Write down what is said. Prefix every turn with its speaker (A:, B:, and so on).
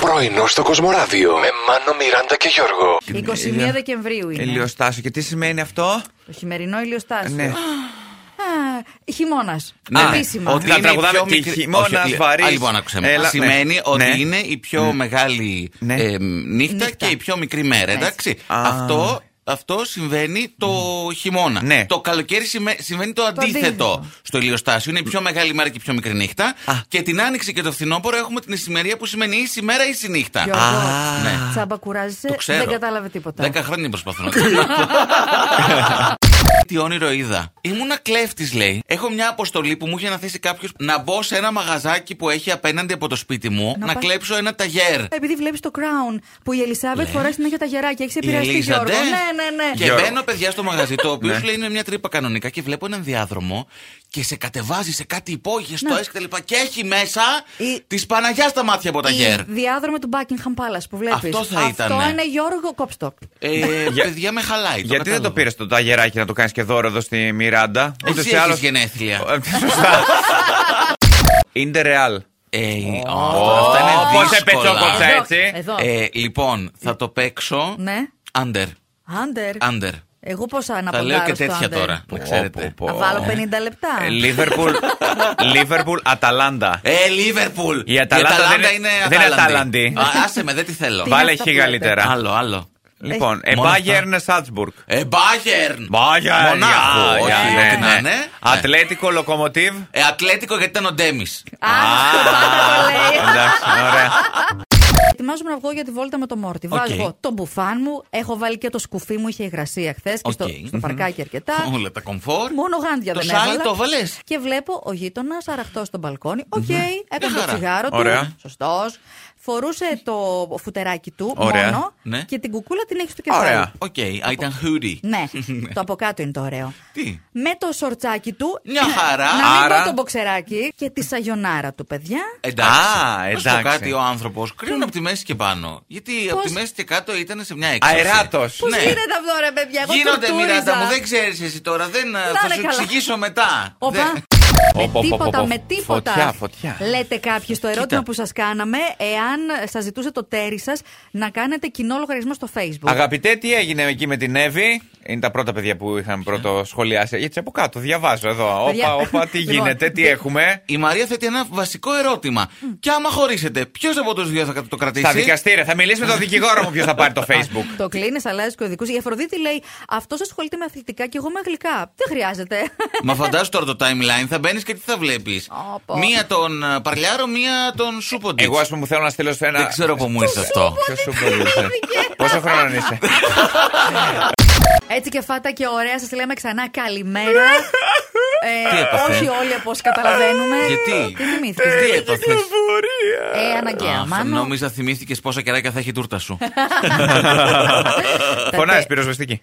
A: Πρωινό στο Κοσμοράδιο με Μάνο, Μιράντα και Γιώργο.
B: 21 Δεκεμβρίου είναι.
C: Ηλιοστάσιο. Και τι σημαίνει αυτό.
B: Το χειμερινό ηλιοστάσιο.
C: Ναι.
B: Χειμώνας.
D: Ναι.
B: Επίσημα.
D: Ότι
C: Θα
D: είναι η
C: τραγουδάμε
D: πιο
C: τη
D: μικρή-
C: χειμώνας
D: Όχι,
C: βαρύς.
D: α, Λοιπόν, άκουσε με.
C: Έλα, ναι.
D: Σημαίνει ότι
C: Ναι.
D: είναι η πιο μεγάλη
C: Ναι.
D: ε, νύχτα
B: Νύχτα.
D: και η πιο μικρή μέρα.
B: Έτσι.
D: Εντάξει.
C: Α.
D: Αυτό. Αυτό συμβαίνει το χειμώνα.
C: Ναι.
D: Το καλοκαίρι σημα- συμβαίνει το
B: αντίθετο.
D: αντίθετο. Στο ηλιοστάσιο είναι η πιο μεγάλη μέρα και η πιο μικρή νύχτα.
C: Α.
D: Και την άνοιξη και το φθινόπωρο έχουμε την ησημερία που σημαίνει ίση μέρα, ίση νύχτα.
B: Γιώργο,
D: ναι.
B: τσάμπα
D: Το
B: κουράζεσαι,
D: ξέρω.
B: Ε, δεν κατάλαβε τίποτα.
D: Δέκα χρόνια προσπαθώ να το Τι όνειρο είδα. Ήμουνα κλέφτης, λέει. Έχω μια αποστολή που μου είχε αναθέσει κάποιος να μπω σε ένα μαγαζάκι που έχει απέναντι από το σπίτι μου
B: Να
D: να,
B: πας- Ε,
D: κλέψω ένα ταγέρ.
B: Επειδή βλέπεις το Crown που η Ελισάβετ φοράει συνέχεια τα γεράκια, έχεις επηρεαστεί Γιώργο.
D: Ελίζα,
B: Ναι,
D: ντες.
B: ναι, ναι.
D: Και
C: Γιώργο. Ναι.
D: μπαίνω, παιδιά, στο μαγαζί, το οποίο σου λέει είναι μια τρύπα κανονικά και βλέπω έναν διάδρομο και σε κατεβάζει σε κάτι υπόγειες, το και τα λοιπά. Και έχει μέσα
B: Ναι. Η-
D: της Παναγιάς τα μάτια από τα γέρ.
B: Η διάδρομο του Buckingham Palace που βλέπεις.
D: Αυτό θα ήταν, ναι.
B: είναι Γιώργο Κόψτο.
D: Ε,
C: Για-
D: παιδιά, με χαλάει. το
C: Γιατί δεν το
D: κατάλαβα.
C: πήρες το ταγεράκι να το κάνεις και δώρο εδώ στη Μιράντα.
D: Ε, Εσύ έχεις
C: Ε,
D: γενέθλια.
C: Σωστά. Ιντερ Ρεάλ.
D: Ε, αυτό- αυτά είναι
C: Πώς σε
D: δύσκολα.
C: πετσόκοψα
B: Εδώ,
C: έτσι.
B: εδώ.
D: Ε, λοιπόν, θα το παίξω.
B: Ναι.
D: Under.
B: Άντερ.
D: Under.
B: Εγώ πόσα να
D: Θα λέω και
B: ποντάρω στο
D: τέτοια
B: άντερ.
D: τώρα. Να
C: Πω,
D: ξέρετε. Ε,
C: πω, πω.
B: Να βάλω 50 λεπτά.
C: Λίβερπουλ. Λίβερπουλ Αταλάντα.
D: Ε, Λίβερπουλ.
C: Η Αταλάντα δεν είναι-
D: είναι
C: δεν είναι
D: Αταλάντη.
C: Αταλάντη.
D: Α, Άσε με, δεν τη θέλω.
B: Τι είναι
C: Βάλε
B: αυτά
C: χ
B: που λέτε.
C: καλύτερα.
D: Άλλο, άλλο.
C: Λοιπόν, ε,
D: Μόνος
C: Bayern Salzburg.
D: Ε, Bayern.
C: Bayern.
D: Μονάχου.
C: για,
D: Όχι,
C: ναι,
D: ό,τι να
C: ναι.
D: είναι.
C: Ατλέτικο Λοκομοτίβ.
D: Ε, Ατλέτικο γιατί ήταν ο Ντέμις.
B: Α, πάντα το λέει.
C: Εντάξει, ωραία.
B: Ετοιμάζομαι να βγω για τη βόλτα με το Μόρτι. Βάζω
D: Οκ.
B: εγώ το μπουφάν μου, έχω βάλει και το σκουφί μου, είχε υγρασία χθες και στο,
D: Οκ.
B: στο παρκάκι αρκετά.
D: Όλα τα κομφόρ.
B: Μόνο γάντια
D: Το
B: δεν
D: σάλι
B: έβαλα.
D: το βάλες.
B: Και βλέπω ο γείτονας αραχτός στο μπαλκόνι. Οκ, έκανε το
D: χαρά.
B: τσιγάρο του.
C: Ωραία.
B: Σωστός. Φορούσε το φουτεράκι του
C: Ωραία.
B: μόνο
D: Ναι.
B: και την κουκούλα την έχει στο κεφάλι.
C: Ωραία.
D: Οκ, α, ήταν hoodie.
B: Ναι, το από κάτω είναι το ωραίο.
D: Τι?
B: Με το σορτσάκι του.
D: Μια χαρά.
B: Να μην
C: Άρα.
B: πω το μποξεράκι και τη σαγιονάρα του, παιδιά.
D: Ε, Εντάξει.
C: Α,
D: Να σου πω
C: εντάξει.
D: κάτι ο άνθρωπος. Κρίνουν από τη μέση και πάνω. Γιατί από τη μέση και κάτω ήταν σε μια έξαρση.
C: Αεράτος.
B: Πώς
D: Ναι.
B: γίνεται αυτό, ρε παιδιά, εγώ
D: Γίνονται,
B: τουρτούριζα.
D: Μιράντα μου, δεν ξέρεις εσύ τώρα. Δεν, ε,
B: Να
D: θα
B: είναι
D: σου
B: καλά.
D: εξηγήσω μετά.
B: Οπα.
D: Δεν-
B: Με
C: Οπα, οπα, οπα,
B: τίποτα,
C: οπα.
B: με τίποτα.
C: Φωτιά, φωτιά.
B: Λέτε κάποιοι στο ερώτημα που σας κάναμε, εάν σας ζητούσε το τέρι σας να κάνετε κοινό λογαριασμό στο Facebook.
C: Αγαπητέ, τι έγινε εκεί με την Εύη. Είναι τα πρώτα παιδιά που είχαμε πρώτο σχολιάσει. Έτσι από κάτω, διαβάζω εδώ.
B: Παιδιά.
C: Όπα, όπα, τι
B: Λοιπόν,
C: γίνεται, τι
B: τι-
C: έχουμε.
D: Η Μαρία θέτει ένα βασικό ερώτημα. Και άμα χωρίσετε, ποιος από τους δύο θα το κρατήσει.
C: Στα δικαστήρια, θα μιλήσει με τον δικηγόρο μου ποιος θα πάρει το Facebook.
B: Το κλείνεις, αλλάζει κωδικούς. Η Αφροδίτη λέει: Αυτός ασχολείται με αθλητικά και εγώ με αγγλικά. Δεν χρειάζεται.
D: Μα φαντάζω τώρα το timeline, θα μπαίνει και τι θα βλέπεις.
B: Όπα.
D: Μία τον ε, Παρλιάρο, μία τον Σούποντιτ.
C: Εγώ, ας πούμε, θέλω να στείλω σε ένα.
D: δεν ξέρω που μου είσαι αυτό.
C: Ποιο σου μπορούσε. Πόσο χρόνο είσαι.
B: Έτσι και φάτα και ωραία, σας λέμε ξανά καλημέρα.
D: Τι
B: ε,
D: έπαθες?
B: όχι όλοι όπω καταλαβαίνουμε.
D: Γιατί?
B: Τι θυμήθηκες.
D: Τι έπαθε.
B: Ε, αναγκαία.
D: Αχ,
B: Μάνο.
D: Νόμιζα θυμήθηκες πόσα κεράκια θα έχει η τούρτα σου.
B: Τα
C: Φωνάζεις
B: τε-
C: πυροσβεστική.